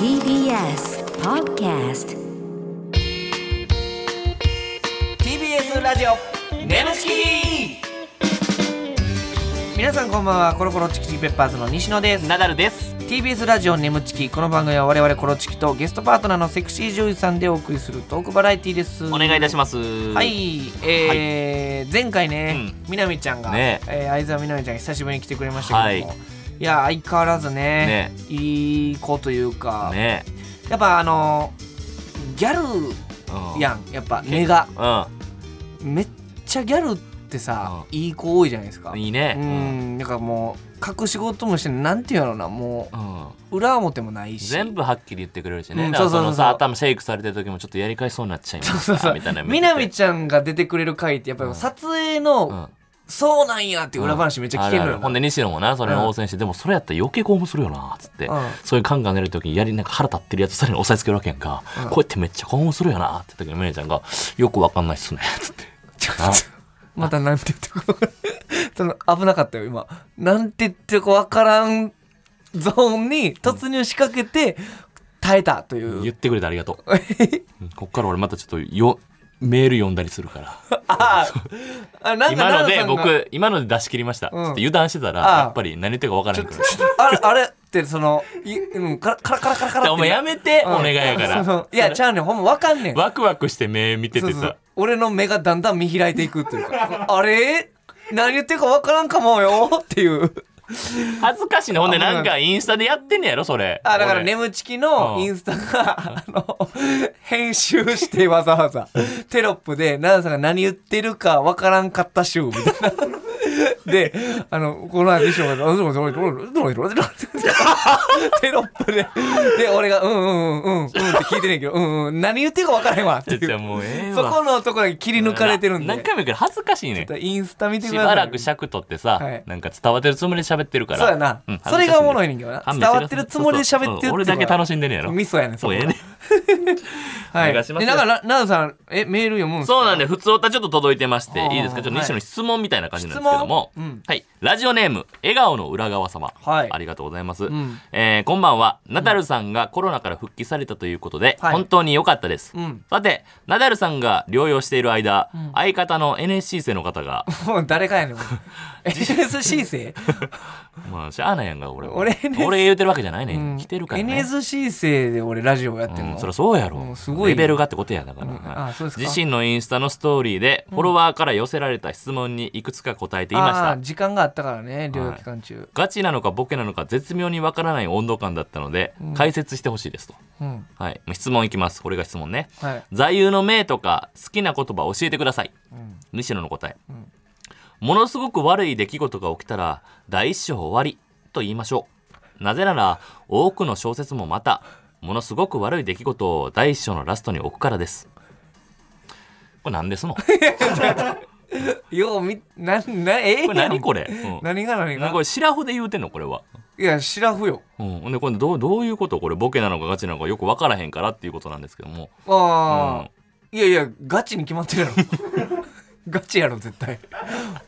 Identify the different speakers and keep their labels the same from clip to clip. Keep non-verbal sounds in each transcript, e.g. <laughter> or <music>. Speaker 1: TBS Podcast
Speaker 2: TBS ラジオ
Speaker 3: ネムチ
Speaker 2: 皆さんこんばんはコロコロチキチキペッパーズの西野です
Speaker 3: キナダルです。
Speaker 2: TBS ラジオネムチキこの番組は我々コロチキとゲストパートナーのセクシー女優さんでお送りするトークバラエティーです
Speaker 3: お願いいたします。は
Speaker 2: は。い、えー前回ね、みなみちゃんが、
Speaker 3: ね
Speaker 2: えー相沢みなみちゃんが久しぶりに来てくれましたけども、、
Speaker 3: はい
Speaker 2: や相変わらずね
Speaker 3: ね
Speaker 2: いい子というか、
Speaker 3: ね
Speaker 2: やっぱあのギャル
Speaker 3: え。
Speaker 2: やんやっぱ根が
Speaker 3: う
Speaker 2: めっちゃギャルってさ、
Speaker 3: う
Speaker 2: いい子多いじゃないですか
Speaker 3: ん。いいうね。
Speaker 2: んだからもう隠し事もしてなんていうのなも
Speaker 3: うん。うん
Speaker 2: う裏表もないし
Speaker 3: 全部はっきり言ってくれるし
Speaker 2: う
Speaker 3: ね。
Speaker 2: ん
Speaker 3: だから
Speaker 2: そうそう
Speaker 3: そ
Speaker 2: そう
Speaker 3: のさ頭シェイクされてる時もちょっとやり返しそうになっちゃいま
Speaker 2: そう
Speaker 3: す
Speaker 2: そう
Speaker 3: みたいな。
Speaker 2: みなみ
Speaker 3: ち
Speaker 2: ちゃんが出てくれる回ってやっぱり撮影の、
Speaker 3: ゃん。
Speaker 2: そうなんやっていう裏話めっちゃ聞けるの
Speaker 3: あ
Speaker 2: よ
Speaker 3: あほんで西野もなそれに応戦して、でもそれやったら余計興奮するよなっつって、
Speaker 2: うん
Speaker 3: そういうカンカン出る時にやりなんか腹立ってるやつさらに押さえつけるわけやんか、こうやってめっちゃ興奮するよなって時にみなみちゃんが「よくわかんないっすね」っつって
Speaker 2: ちょっと <laughs> またなんて言ってこその危なかったよ今なんて言ってこわからんゾーンに突入しかけて耐えたとい
Speaker 3: 言っ
Speaker 2: う
Speaker 3: てくれてありがと
Speaker 2: <laughs>
Speaker 3: ううんこっから俺またちょっとよメール読んだりするから
Speaker 2: あああなんか
Speaker 3: 今ので
Speaker 2: 奈良さんが
Speaker 3: 僕今ので出し切りました、
Speaker 2: うん
Speaker 3: ちょっと油断してたら
Speaker 2: ああ
Speaker 3: やっぱり何言ってるか分からなくなる
Speaker 2: あれあれってそのいうんカラカラカラカラカラって
Speaker 3: お前やめて、
Speaker 2: うん
Speaker 3: お願いやか
Speaker 2: そうそ
Speaker 3: ら
Speaker 2: ういやちゃうねんほんまわかんねん
Speaker 3: ワクワクして目見て
Speaker 2: そう
Speaker 3: て
Speaker 2: そう
Speaker 3: さ
Speaker 2: 俺の目がだんだん見開いていくっていうかあれ何言ってるかわからんかもよっていう
Speaker 3: 恥ずかしいねほんでなんかインスタでやってんねやろそれ
Speaker 2: あだから
Speaker 3: 俺
Speaker 2: 眠ちきの
Speaker 3: うん
Speaker 2: インスタが、あの編集してわざわざテロップで奈良さんが何言ってるかわからんかった週みたいな。で、あの、この後、が、どうぞどうぞどうぞどうぞどうぞどうぞテロップで、で、俺が、うんうんうんうんうんって聞いてんねんけど、うんうん、何言ってるかわからへんわってい
Speaker 3: じゃあ
Speaker 2: う。
Speaker 3: もうええ
Speaker 2: そ
Speaker 3: わ
Speaker 2: このところだけ切り抜かれてるん
Speaker 3: な
Speaker 2: で
Speaker 3: 何。回も言うけど恥ずかしいね
Speaker 2: インスタ見て
Speaker 3: し
Speaker 2: ください。
Speaker 3: ばらく尺取ってさ、
Speaker 2: はい
Speaker 3: なんか伝わってるつもりで喋ってるから
Speaker 2: そうやな
Speaker 3: うん
Speaker 2: それがおもろいねんけどな
Speaker 3: 恥ずかしい
Speaker 2: 伝わってるつもりで喋ってるっていうのが
Speaker 3: 俺だけ楽しんでんねやろ
Speaker 2: ミソやねん、そ
Speaker 3: もう
Speaker 2: こ
Speaker 3: ええね
Speaker 2: はい。
Speaker 3: お願いします
Speaker 2: え、
Speaker 3: よ
Speaker 2: だから、奈良さん、え、メール読むんすか
Speaker 3: そうなんで、普通歌ちょっと届いてまして
Speaker 2: はあ、
Speaker 3: いいですかちょっと西野の質問みたいな感じなんですけども
Speaker 2: 質。問うん
Speaker 3: はい。ラジオネーム、笑顔の裏側様。
Speaker 2: はい
Speaker 3: ありがとうございます。
Speaker 2: ん
Speaker 3: えーこんばんは。ナダルさんがコロナから復帰されたということで、
Speaker 2: はい
Speaker 3: 本当に良かったです。
Speaker 2: うん
Speaker 3: さて、ナダルさんが療養している間、相方の NSC 生の方が、 <laughs>
Speaker 2: もう誰かやねん。NSC 生
Speaker 3: まあ、しゃあないやんか、俺も。
Speaker 2: 俺 NSC
Speaker 3: 俺 <laughs> 言うてるわけじゃないね
Speaker 2: うん
Speaker 3: ん。来てるからね。
Speaker 2: NSC 生で俺ラジオやってん
Speaker 3: うん、
Speaker 2: の。
Speaker 3: そりゃそうやろ、
Speaker 2: うんすごいよ
Speaker 3: レベルがってことやだから、
Speaker 2: うん
Speaker 3: はい
Speaker 2: あそうですか
Speaker 3: 自身のインスタのストーリーでフォロワーから寄せられた質問にいくつか答えていました、
Speaker 2: あー時間があったからね、療養期間中。
Speaker 3: ガチなのかボケなのか絶妙にわからない温度感だったので、解説してほしいですと。
Speaker 2: うん。
Speaker 3: はい。質問いきます。これが質問ね。 <laughs>
Speaker 2: はい。
Speaker 3: 座右の銘とか好きな言葉を教えてください。西野の答え、ものすごく悪い出来事が起きたら、第一章終わりと言いましょう。なぜなら、多くの小説もまた、ものすごく悪い出来事を第一章のラストに置くからです。これ何ですのこ
Speaker 2: ようみ、な、な、ええ
Speaker 3: れ
Speaker 2: やん
Speaker 3: 何これ、うん
Speaker 2: <laughs> 何が何
Speaker 3: なんか
Speaker 2: が
Speaker 3: これ、シラフで言うてんのこれは。
Speaker 2: いや、シラフよ。
Speaker 3: うん、ほんで今度どうどういうことこれボケなのかガチなのかよく分からへんからっていうことなんですけども、
Speaker 2: ああ、いやいや、ガチに決まってるやろ。 <laughs> ガチやろ、絶対。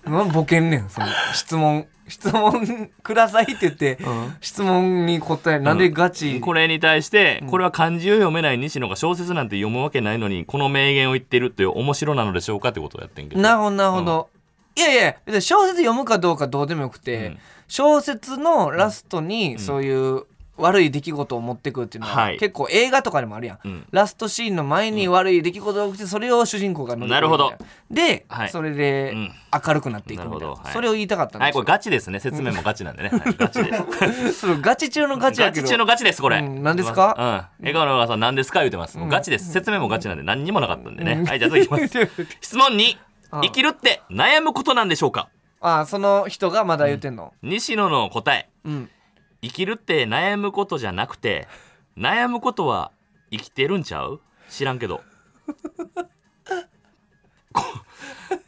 Speaker 2: なんボケんねん、その質問。質問くださいって言って、質問に答え、なんでガチ。
Speaker 3: これに対してこれは漢字を読めない西野が小説なんて読むわけないのにこの名言を言ってるっていう面白なのでしょうかってことをやってんけど
Speaker 2: なるほどなるほど、いやいや別に小説読むかどうかどうでもよくて、
Speaker 3: うん
Speaker 2: 小説のラストにそういう悪い出来事を持ってくるっていうのは、
Speaker 3: はい
Speaker 2: 結構映画とかでもあるやん、
Speaker 3: うん
Speaker 2: ラストシーンの前に悪い出来事が起きてそれを主人公が乗り越えるみたい
Speaker 3: なるほ
Speaker 2: で、
Speaker 3: はい
Speaker 2: それで
Speaker 3: うん
Speaker 2: 明るくなっていくみたい
Speaker 3: な
Speaker 2: な、
Speaker 3: るほどはい
Speaker 2: それを言いたかったん
Speaker 3: は
Speaker 2: で
Speaker 3: い
Speaker 2: す
Speaker 3: これ
Speaker 2: よ、
Speaker 3: ガチですね説明もガチなんでね、はい、ガチです
Speaker 2: それガチ中 <laughs> のガチや
Speaker 3: ガ
Speaker 2: け
Speaker 3: チ
Speaker 2: ど
Speaker 3: 中のガチですこれ、
Speaker 2: うん何ですか
Speaker 3: うん笑顔のお母さん何ですか言ってます、もうガチです説明もガチなんで何にもなかったんでね、はいじゃあ次いき
Speaker 2: <laughs>
Speaker 3: ます質問に
Speaker 2: うん
Speaker 3: 生きるって悩むことなんでしょうか
Speaker 2: ああその人がまだ言ってんの、
Speaker 3: 西野の答え
Speaker 2: うん、
Speaker 3: 生きるって悩むことじゃなくて悩むことは生きてるんちゃう知らんけどこ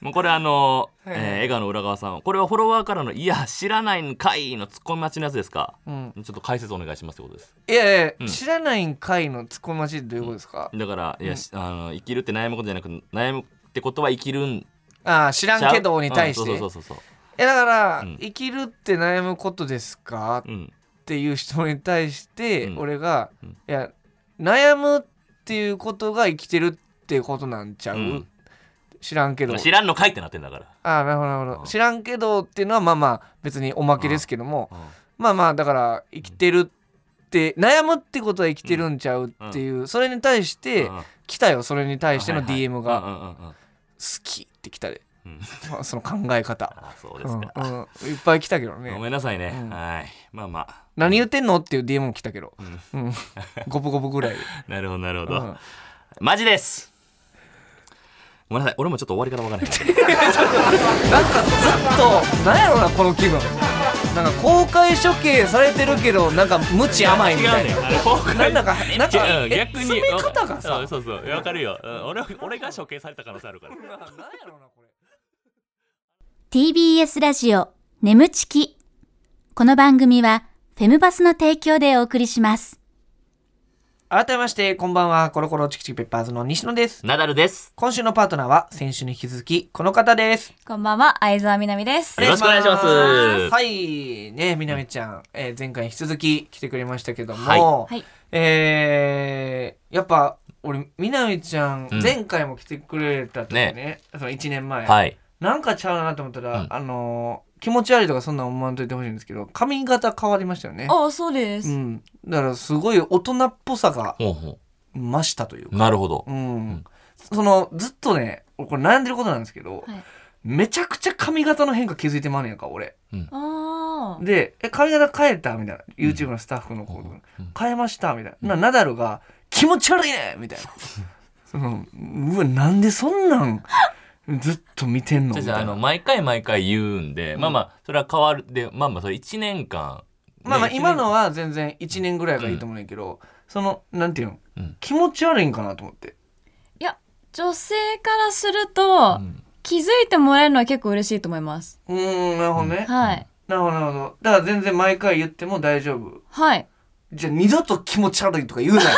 Speaker 3: もうこれあの、
Speaker 2: はい
Speaker 3: えー笑顔の裏側さんこれはフォロワーからの「いや知らないんかい」のツッコミ待ちのやつですか、
Speaker 2: うん
Speaker 3: ちょっと解説お願いしますってことです
Speaker 2: いやいや、
Speaker 3: うん
Speaker 2: 知らないんかいのツッコミ待ちってどういうことですか、
Speaker 3: だから、いやしあの生きるって悩むことじゃなく悩むってことは生きるんち
Speaker 2: ああ知ら
Speaker 3: ゃ
Speaker 2: ん
Speaker 3: う
Speaker 2: けどに対して、
Speaker 3: うんそうそうそうそう
Speaker 2: えだから、
Speaker 3: うん
Speaker 2: 生きるって悩むことですか、
Speaker 3: うん
Speaker 2: っていう人に対して
Speaker 3: うん
Speaker 2: 俺が、
Speaker 3: うん
Speaker 2: いや悩むっていうことが生きてるってことなんちゃう、
Speaker 3: うん
Speaker 2: 知らんけど
Speaker 3: 知らんのかいってなってんだから。
Speaker 2: ああなるほどなるほ
Speaker 3: うん
Speaker 2: ど知らんけどっていうのはまあまあ別におまけですけども、まあまあだから生きてるって悩むってことは生きてるんちゃうっていう、それに対して、
Speaker 3: うん
Speaker 2: 来たよそれに対しての
Speaker 3: はいはい
Speaker 2: DM が
Speaker 3: うんうんうん
Speaker 2: 「好き」って来たで、
Speaker 3: うん
Speaker 2: まあその考え方、
Speaker 3: あそうで
Speaker 2: う
Speaker 3: す
Speaker 2: ん
Speaker 3: か。
Speaker 2: うんいっぱい来たけど
Speaker 3: ご
Speaker 2: ね
Speaker 3: めんなさいね。
Speaker 2: うん
Speaker 3: はい。まあまあ。
Speaker 2: 「何言ってんの?」っていう DM も来たけど、
Speaker 3: う
Speaker 2: うん、ゴブゴブぐらいで、
Speaker 3: なるほど、なるほ
Speaker 2: う
Speaker 3: ど。
Speaker 2: ん、
Speaker 3: マジですごめんなさい、俺もちょっと終わりから
Speaker 2: <laughs>
Speaker 3: わからない。
Speaker 2: なんかずっとなんやろなこの気分なんか公開処刑されてるけどなんか無知甘いみたい
Speaker 3: 違う
Speaker 2: な
Speaker 3: ねんあれ公開
Speaker 2: なんだかなんか
Speaker 3: うん
Speaker 2: え
Speaker 3: 逆に
Speaker 2: 詰め方がさ
Speaker 3: うんそうそうわかるよ、うん俺俺が処刑された可能性あるから
Speaker 4: TBS ラジオ眠ちきこの番組はフェムバスの提供でお送りします
Speaker 2: 改めましてこんばんはコロコロチキチキペッパーズの西野です
Speaker 3: ナダルです
Speaker 2: 今週のパートナーは先週に引き続きこの方です
Speaker 4: こんばんは相沢みなみです
Speaker 3: よろしくお願いします
Speaker 2: お願いしまはいねみなみちゃん、えー前回に引き続き来てくれましたけども、
Speaker 3: はい
Speaker 4: はい
Speaker 2: えーやっぱ俺みなみちゃん、
Speaker 3: うん
Speaker 2: 前回も来てくれた時ねその1年前、
Speaker 3: はい
Speaker 2: なんかちゃうなと思ったら、
Speaker 3: うん
Speaker 2: あのー気持ち悪いとかそんなん思わんといてほしいんですけど髪型変わりましたよね
Speaker 4: ああそうです、
Speaker 2: うんだからすごい大人っぽさが
Speaker 3: ほうほ
Speaker 2: 増したという
Speaker 3: う
Speaker 2: か
Speaker 3: なるほど
Speaker 2: う、ん、そのずっとね俺これ悩んでることなんですけど、
Speaker 4: はい
Speaker 2: めちゃくちゃ髪型の変化気づいてまうねやんか俺
Speaker 4: ああ
Speaker 2: でえ髪型変えたみたいな YouTube のスタッフの子が、変えましたみたいな、なナダルが気持ち悪いねみたいなそのうわなんでそんなんずっと見てんの
Speaker 3: じゃあ
Speaker 2: み
Speaker 3: じゃあ
Speaker 2: た
Speaker 3: あ
Speaker 2: い
Speaker 3: の
Speaker 2: な
Speaker 3: 毎回毎回言うんで、
Speaker 2: ん
Speaker 3: まあまあそれは変わるでまあまあそれ1年間
Speaker 2: まあまあ
Speaker 3: ね
Speaker 2: 今のは全然1年ぐらいがいいと思うんやけど、そのなんていうの、
Speaker 3: うん
Speaker 2: 気持ち悪いんかなと思って
Speaker 5: いや女性からすると、
Speaker 3: うん
Speaker 5: 気づいてもらえるのは結構嬉しいと思います
Speaker 2: うーんなるほどね、
Speaker 5: はい、
Speaker 2: なるほどなるほどだから全然毎回言っても大丈夫
Speaker 5: はい
Speaker 2: じゃあ二度と気持ち悪いとか言うなよ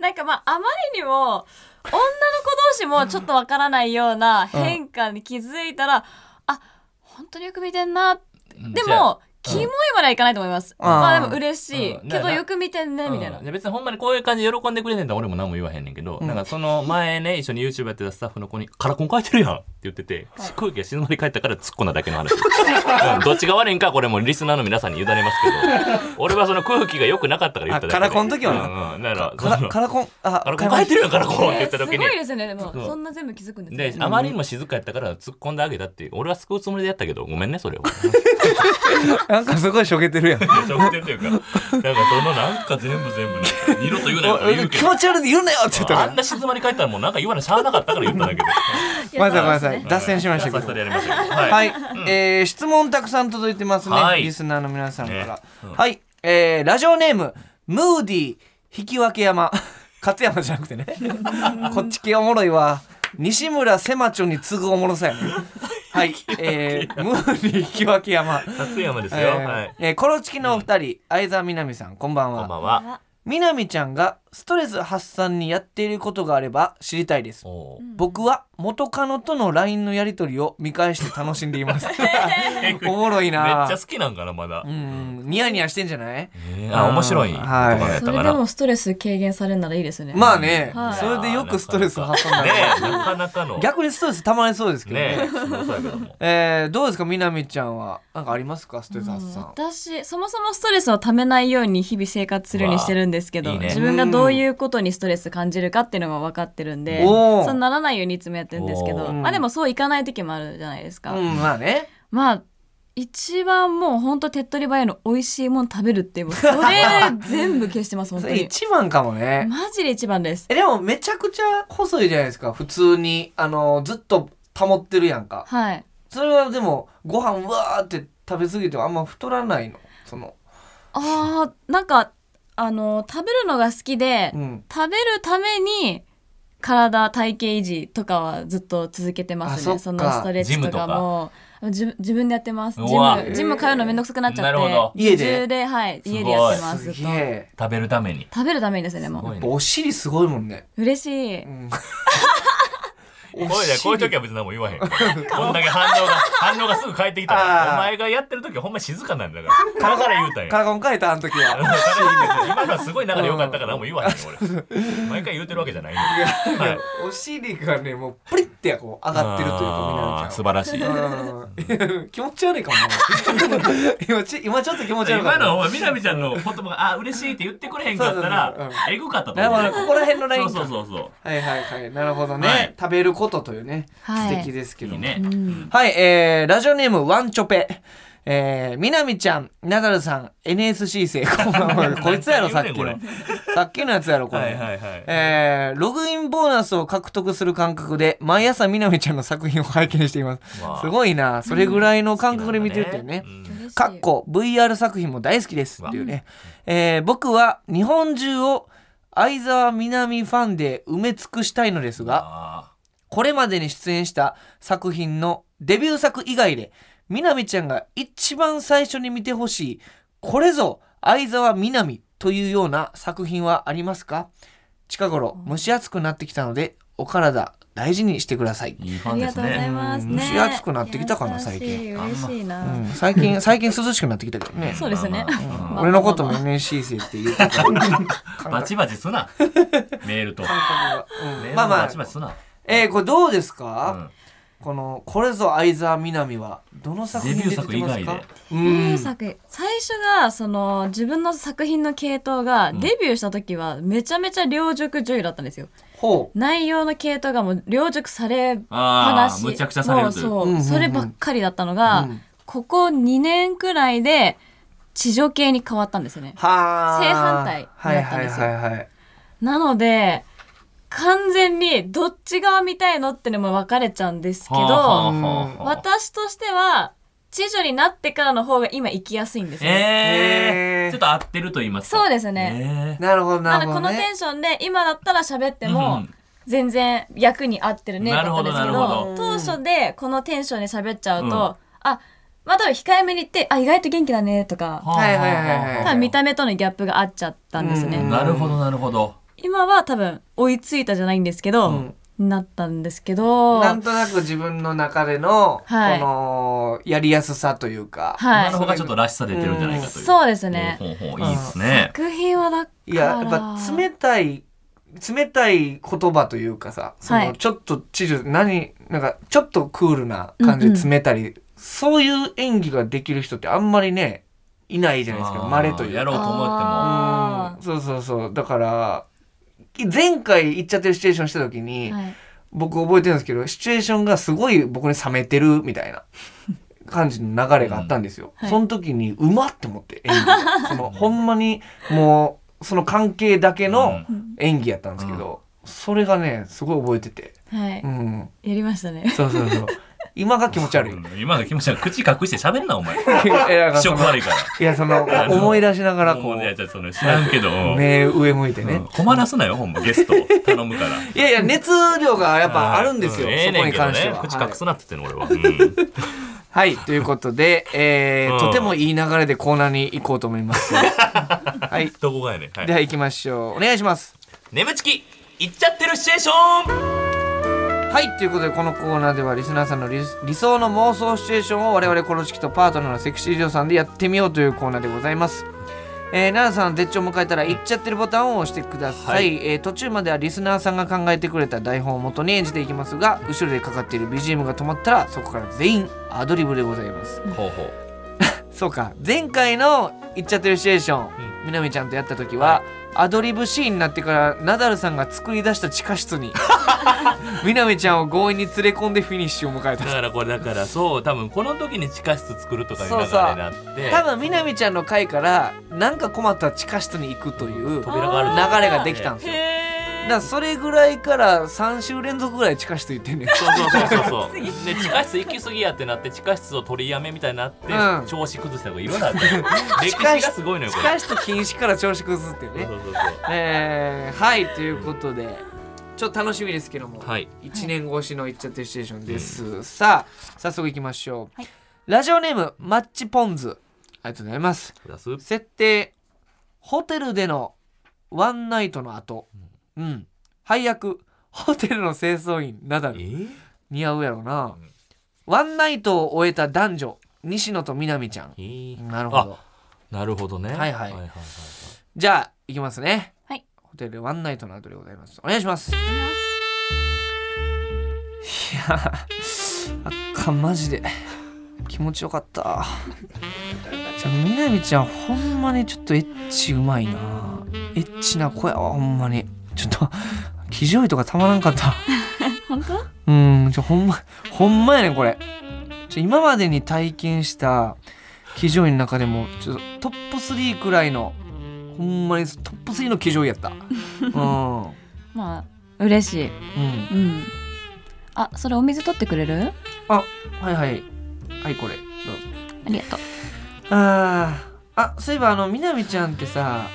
Speaker 5: なんかまああまりにも女の子同士もちょっとわからないような変化に気づいたら、あ本当によく見てんな
Speaker 3: うん
Speaker 5: で
Speaker 3: じゃあ
Speaker 5: も、キモいまではいかないと思います、
Speaker 2: うん
Speaker 5: まあでも嬉しい、
Speaker 3: うん
Speaker 5: けどよく見てんね、みたいな
Speaker 3: うんじゃあ別にほんまにこういう感じで喜んでくれてんだら俺も何も言わへんねんけど、
Speaker 2: ん
Speaker 3: なんかその前ね一緒に YouTube やってたスタッフの子に「カラコン書いてるやん」って言ってて空気が静まり返ったから突っ込んだだけの話、うんどっちが悪いんかこれもリスナーの皆さんに委ねますけど俺はその空気が良くなかったから言っただけで
Speaker 2: あカラコンの時はな
Speaker 3: うんうん、だから
Speaker 2: カ
Speaker 3: そ
Speaker 2: ラ
Speaker 3: の
Speaker 2: カラコンあ
Speaker 3: カラコン書いてるやんカラコンって言った
Speaker 5: すご
Speaker 3: 時
Speaker 5: い
Speaker 3: に。
Speaker 5: ですよねでも
Speaker 3: そう
Speaker 5: そんな全部気づくんですね
Speaker 3: で、あまりにも静かやったから突っ込んであげたっていう俺は救うつもりでやったけどごめんねそれを <laughs>
Speaker 2: なんかすごいしょげてるやん
Speaker 3: そう言ってるというかなんかそのなんか全部全部ね二度と言うなよとか言うけ
Speaker 2: 気
Speaker 3: ど
Speaker 2: 持ち悪いで言うなよって言った
Speaker 3: あ
Speaker 2: か
Speaker 3: んな静まり返ったらもうなんか言わなしゃあなかったから言っただけで。
Speaker 5: い
Speaker 2: らごめんな
Speaker 5: や
Speaker 2: さいごめんなさい <laughs>
Speaker 5: そうですね
Speaker 2: 脱線しました
Speaker 3: さ
Speaker 2: け
Speaker 3: っさと
Speaker 2: ど
Speaker 3: やりましょうはい。
Speaker 2: はい、えー質問たくさん届いてますね、
Speaker 3: はい
Speaker 2: リスナーの皆さんから、
Speaker 3: ねうん
Speaker 2: はい、えーラジオネームムーディー引き分け山勝山じゃなくてねこっち系おもろいわ西村セマチョに次ぐおもろさやねはい、えー、ムーディー引き分け山
Speaker 3: 達山ですよ。
Speaker 2: えー
Speaker 3: はい。
Speaker 2: えーコロチキのお二人、相沢みなみさんこんばんは
Speaker 3: こんばんは。
Speaker 2: みなみちゃんがストレス発散にやっていることがあれば知りたいです
Speaker 3: おー
Speaker 2: 僕は元カノとの LINE のやり取りを見返して楽しんでい
Speaker 3: <laughs>
Speaker 2: ますおもろい
Speaker 3: めっ
Speaker 2: な
Speaker 3: ちゃ好きなんかなまだ
Speaker 2: う。んニヤニヤしてんじゃない
Speaker 3: えーあ面白い。
Speaker 2: はい
Speaker 3: 男のやっ
Speaker 5: そ
Speaker 3: た
Speaker 5: れ
Speaker 3: か
Speaker 5: で
Speaker 3: な。
Speaker 5: もストレス軽減されるならいいですね
Speaker 2: まあね、
Speaker 5: はい
Speaker 2: それでよくストレス発散
Speaker 3: ね
Speaker 2: だ
Speaker 3: えなかなかの。
Speaker 2: 逆にストレスたまりそうですけどね
Speaker 3: ねえ。そうやけども。
Speaker 2: えーどうですかみなみちゃんはなんかありますかストレス発散
Speaker 5: 私そもそもストレスをためないように日々生活するようにしてるんですけど
Speaker 3: うわいいね
Speaker 5: 自分がどういうことにストレス感じるかっていうのが分かってるんで
Speaker 2: おー
Speaker 5: そうならないようにいつもやってるんですけ
Speaker 3: お
Speaker 5: ど
Speaker 2: ー
Speaker 5: まあでもそういかない時もあるじゃないですか、
Speaker 2: うんまあね
Speaker 5: まあ一番もうほんと手っ取り早いの美味しいもん食べるっていうもうそれ全部消してます本
Speaker 2: そ
Speaker 5: 当
Speaker 2: れ
Speaker 5: に
Speaker 2: 一番かもね
Speaker 5: マジで一番です
Speaker 2: えでもめちゃくちゃ細いじゃないですか普通にあのずっと保ってるやんか
Speaker 5: はい
Speaker 2: それはでもご飯うわーって食べ過ぎてもあんま太らないのその
Speaker 5: あーなんかあの食べるのが好きで、
Speaker 2: うん
Speaker 5: 食べるために体体型維持とかはずっと続けてます
Speaker 2: あそっ
Speaker 5: ね
Speaker 2: か
Speaker 5: そのストレッチとかも自自分でやってますジ
Speaker 3: うわ
Speaker 5: ムジム通うのめんどくさくなっちゃっ
Speaker 3: な
Speaker 5: て
Speaker 3: るほど
Speaker 2: 家で
Speaker 5: 自重ではい家でやってます
Speaker 2: す
Speaker 5: ずっと
Speaker 2: げえ
Speaker 3: 食べるために。
Speaker 5: 食べるためにですねですも
Speaker 3: ごいね <laughs>
Speaker 2: お尻すごいもんね、
Speaker 5: 嬉しい
Speaker 2: うん
Speaker 3: おいね、こういう時は別に何も言わへん。こんだけ反応が、反応がすぐ返ってきた
Speaker 2: あ
Speaker 3: ら、
Speaker 2: ー
Speaker 3: お前がやってる時はほんまに静かなんだから。だから言うたん
Speaker 2: カラ
Speaker 3: や。
Speaker 2: コン変えたあの時は
Speaker 3: 今のはすごい流れ良かったから何も言わへんよ、俺。毎回言うてるわけじゃないんだよ
Speaker 2: いやお尻がねもうプリッてこう上がってるというかみな
Speaker 3: あー素晴らしい。
Speaker 2: らしい <laughs> 気持ち悪いかも今ち今ちょっと気持ち悪か
Speaker 3: 今
Speaker 2: った
Speaker 3: のお前みなみちゃんの言葉が「あ嬉しい」って言ってくれへんかった
Speaker 2: そうそう
Speaker 3: ら
Speaker 2: そう
Speaker 3: エグかったと
Speaker 2: なるほど
Speaker 3: 思う
Speaker 2: ここら辺のラインか
Speaker 3: そうそうそう
Speaker 2: はいはいはいなるほどね、
Speaker 3: はい
Speaker 2: 食べることというね
Speaker 5: はい
Speaker 2: 素敵ですけ
Speaker 3: そう
Speaker 2: ど
Speaker 3: いい
Speaker 2: も
Speaker 3: ね
Speaker 2: はい、えー、ラジオネームワンチョペ。えー、みなみちゃん、ナダルさん、NSC 生、こん
Speaker 3: <laughs>
Speaker 2: ばんはこいつやろ、さっき
Speaker 3: こ
Speaker 2: の
Speaker 3: れ。
Speaker 2: さっきのやつやろ、これ。
Speaker 3: はいはいはい
Speaker 2: えーログインボーナスを獲得する感覚で、毎朝みなみちゃんの作品を拝見しています。
Speaker 3: わあ
Speaker 2: すごいな、それぐらいの感覚で見てるってね。
Speaker 3: うん
Speaker 2: かっこ VR 作品も大好きです
Speaker 3: わ
Speaker 2: っていうね、えー僕は日本中を相沢みなみファンで埋め尽くしたいのですが
Speaker 3: あ
Speaker 2: これまでに出演した作品のデビュー作以外で、みなみちゃんが一番最初に見てほしい、これぞ相沢みなみというような作品はありますか近頃蒸し暑くなってきたので、お体大事にしてください。
Speaker 3: ーいいフ
Speaker 5: あ
Speaker 3: ァン
Speaker 5: り
Speaker 3: で
Speaker 5: が
Speaker 3: す
Speaker 5: とうござい
Speaker 3: ね
Speaker 5: ます
Speaker 2: うん
Speaker 5: ね。
Speaker 2: 蒸し暑くなってきたかな最近
Speaker 5: 優しい嬉しいな。
Speaker 2: うん最近、最近涼しくなってきたけどね。
Speaker 5: そうですね
Speaker 3: まあまあ
Speaker 2: うん俺のことも NSC 生って言うから
Speaker 3: うんバチバチすなメールと
Speaker 2: う
Speaker 3: メー
Speaker 2: ん
Speaker 3: ル
Speaker 2: まあま
Speaker 3: とバ
Speaker 2: あ
Speaker 3: チ、バチすな
Speaker 2: えーこれどうです
Speaker 3: う
Speaker 2: か、
Speaker 3: ん
Speaker 2: この、これぞ相沢みなみは、どの作品で出てますか
Speaker 3: デビュー作以外で
Speaker 2: うん
Speaker 5: デビュー作最初がその自分の作品の系統がデビューした時はめちゃめちゃ良熟女優だったんですよ
Speaker 2: ほう。
Speaker 5: 内容の系統がもう良熟され
Speaker 3: あ
Speaker 5: 話
Speaker 3: あむちゃくちゃされるとい
Speaker 5: も
Speaker 3: う
Speaker 5: う
Speaker 2: うん
Speaker 5: そううん
Speaker 2: うん
Speaker 5: そればっかりだったのが、
Speaker 2: うん
Speaker 5: ここ2年くらいで地上系に変わったんですよね
Speaker 2: はあ
Speaker 5: 正反対だったんですよ
Speaker 2: はいはいはいはい
Speaker 5: なので完全にどっち側見たいのってのも分かれちゃうんですけど、
Speaker 3: はあはあはあはあ
Speaker 5: 私としては知女になってからの方が今行きやすいんですよ、ね
Speaker 3: え
Speaker 2: えー
Speaker 3: ーちょっと合ってると言いますか
Speaker 5: そうですね、
Speaker 3: ね
Speaker 2: なるほどな
Speaker 5: な
Speaker 2: る
Speaker 5: ので
Speaker 2: ほ
Speaker 5: こ
Speaker 2: ど
Speaker 5: の
Speaker 2: ね
Speaker 5: テンションで今だったら喋って
Speaker 3: う
Speaker 5: も
Speaker 3: ん
Speaker 5: 全然役に合ってるねだ
Speaker 3: なるほ
Speaker 5: ったん
Speaker 3: ど
Speaker 5: ですけど
Speaker 3: なるほ
Speaker 2: ど
Speaker 5: 当初でこのテンションで喋っちゃうと、
Speaker 3: うん
Speaker 5: あまあ多分控えめに言ってあ意外と元気だねとか
Speaker 2: はいはいはいはい
Speaker 5: 多分見た目とのギャップがあっちゃったんですね、
Speaker 2: うん
Speaker 3: なるほどなるほど
Speaker 5: 今は多分追いついたじゃないんですけど、
Speaker 2: ん
Speaker 5: なったんですけど
Speaker 2: なんとなく自分の中での、
Speaker 5: はい
Speaker 2: このやりやすさというか、
Speaker 5: は
Speaker 3: 今
Speaker 5: い
Speaker 3: の方がちょっとらしさ出てるんじゃないかという
Speaker 5: そうですね
Speaker 3: ほうほうほういいですね
Speaker 5: 作品はだから
Speaker 2: い、ややっぱ冷たい冷たい言葉というかさその、
Speaker 5: はい
Speaker 2: ちょっと知事何なんかちょっとクールな感じで詰めたり、そういう演技ができる人ってあんまりねいないじゃないですか
Speaker 3: あー
Speaker 2: 稀というか
Speaker 3: やろうと思っても
Speaker 5: あ
Speaker 2: うんそうそうそうだから前回行っちゃってるシチュエーションした時に、
Speaker 5: ーはい
Speaker 2: 僕覚えてるんですけどシチュエーションがすごい僕に冷めてるみた <laughs> いな感じの流れがあったんですよ、
Speaker 5: はい
Speaker 2: その時にうまって思って演技がそ <laughs> のほんまにもうその関係だけの演技やったんですけど、それがねすごい覚えてて
Speaker 5: はい
Speaker 2: うん
Speaker 5: やりましたね <laughs>
Speaker 2: そうそうそう今が気持ち悪い
Speaker 3: 今の気持ちは口隠して喋んなお
Speaker 2: <laughs>
Speaker 3: 前
Speaker 2: いやだから
Speaker 3: 気
Speaker 2: その
Speaker 3: 色悪いか
Speaker 2: いやそ
Speaker 3: <laughs>
Speaker 2: の
Speaker 3: あの
Speaker 2: 思い出しなが
Speaker 3: ら
Speaker 2: ら
Speaker 3: も
Speaker 2: こ
Speaker 3: うね
Speaker 2: う
Speaker 3: じゃあその知らんけど、
Speaker 2: 目上向いて
Speaker 3: うん
Speaker 2: ね、
Speaker 3: 困らすなよほんまゲストを頼むから
Speaker 2: いやいや、熱量がやっぱあるんですよ、
Speaker 3: うええ
Speaker 2: そこ
Speaker 3: ねん
Speaker 2: に
Speaker 3: けど
Speaker 2: 関して
Speaker 3: ね
Speaker 2: は。
Speaker 3: 口
Speaker 2: はい
Speaker 3: 隠すなって言ってんの俺は、
Speaker 2: はい、ということで、えー
Speaker 3: うん
Speaker 2: とてもいい流れでコーナーに行こうと思い
Speaker 3: <laughs>
Speaker 2: ます。はい。
Speaker 3: どこがやねん、は
Speaker 2: で
Speaker 3: い、
Speaker 2: は行きましょう。お願いします。
Speaker 3: 眠ちき行っちゃってるシチュエーション
Speaker 2: はい、ということで、このコーナーではリスナーさんの理理想の妄想シチュエーションを我々コロチキとパートナーのセクシージョーさんでやってみようというコーナーでございます。えー、奈良さんの絶頂を迎えたら行っちゃってるボタンを押してください、
Speaker 3: はい
Speaker 2: えー途中まではリスナーさんが考えてくれた台本を元に演じていきますが後ろでかかっている BGM が止まったらそこから全員アドリブでございます
Speaker 3: ほうほう
Speaker 2: そうか前回の「いっちゃってるシチュエーション」みなみちゃんとやった時は、アドリブシーンになってからナダルさんが作り出した地下室
Speaker 3: <laughs>
Speaker 2: にみなみちゃんを強引に連れ込んでフィニッシュを迎え
Speaker 3: だ
Speaker 2: た
Speaker 3: からこれだからそう多分この時に地下室作るとかいう流れになって
Speaker 2: 多分みなみちゃんの回からなんか困ったら地下室に行くという流
Speaker 3: 扉があると
Speaker 2: れができたんですよだか
Speaker 5: へ
Speaker 2: らそれぐらいから3週連続ぐらい地下室行ってんねん
Speaker 3: そうそうそうそうそうで地下室行き過ぎやってなって地下室を取りやめみたいになって、
Speaker 2: うん
Speaker 3: 調子崩したとかいろい
Speaker 2: <laughs>
Speaker 3: ろあって歴
Speaker 2: 地下
Speaker 3: 史
Speaker 2: 室
Speaker 3: がすごいのよ
Speaker 2: 地
Speaker 3: これ
Speaker 2: 下室禁止から調子崩すっていう
Speaker 3: そう
Speaker 2: ね
Speaker 3: そうそうそ
Speaker 2: えー、はいということでちょっと楽しみですけども
Speaker 3: うはい
Speaker 2: 1年越しの「いっちゃってるシチュエーション」です、さあ早速いきましょう、
Speaker 5: はい
Speaker 2: ラジオネームマッチポンズありがとうございます
Speaker 3: プラスうん
Speaker 2: 設定ホテルでのワンナイトの後うん配役ホテルの清掃員ナダル
Speaker 3: え
Speaker 2: 似合うやろな、ワンナイトを終えた男女西野と南ちゃん
Speaker 3: えー
Speaker 2: なるほど
Speaker 3: なるほどね
Speaker 2: はいはい
Speaker 3: はいはい
Speaker 2: じゃあいきますね
Speaker 5: はい
Speaker 2: ホテルでワンナイトの後でございますお願いしますいやーあっかんマジで気持ちよかったじゃあみなみちゃんほんまにちょっとエッチうまいなエッチな子やわほんまにちょっと気丈いとかたまらんかった
Speaker 5: <laughs> 本当は
Speaker 2: うん、ちょ、ほんま、ほんまやねん、これ。ちょ、今までに体験した、騎乗位の中でも、ちょっとトップ3くらいの、ほんまにトップ3の騎乗位や <laughs> った。うん。うん。
Speaker 5: まあ嬉しいうんあそれお水取ってくれる
Speaker 2: あ、はいはい。はい、これ。どう
Speaker 5: ありがとう
Speaker 2: ぞ。あーあ、そういえば、あの、みなみちゃんってさ、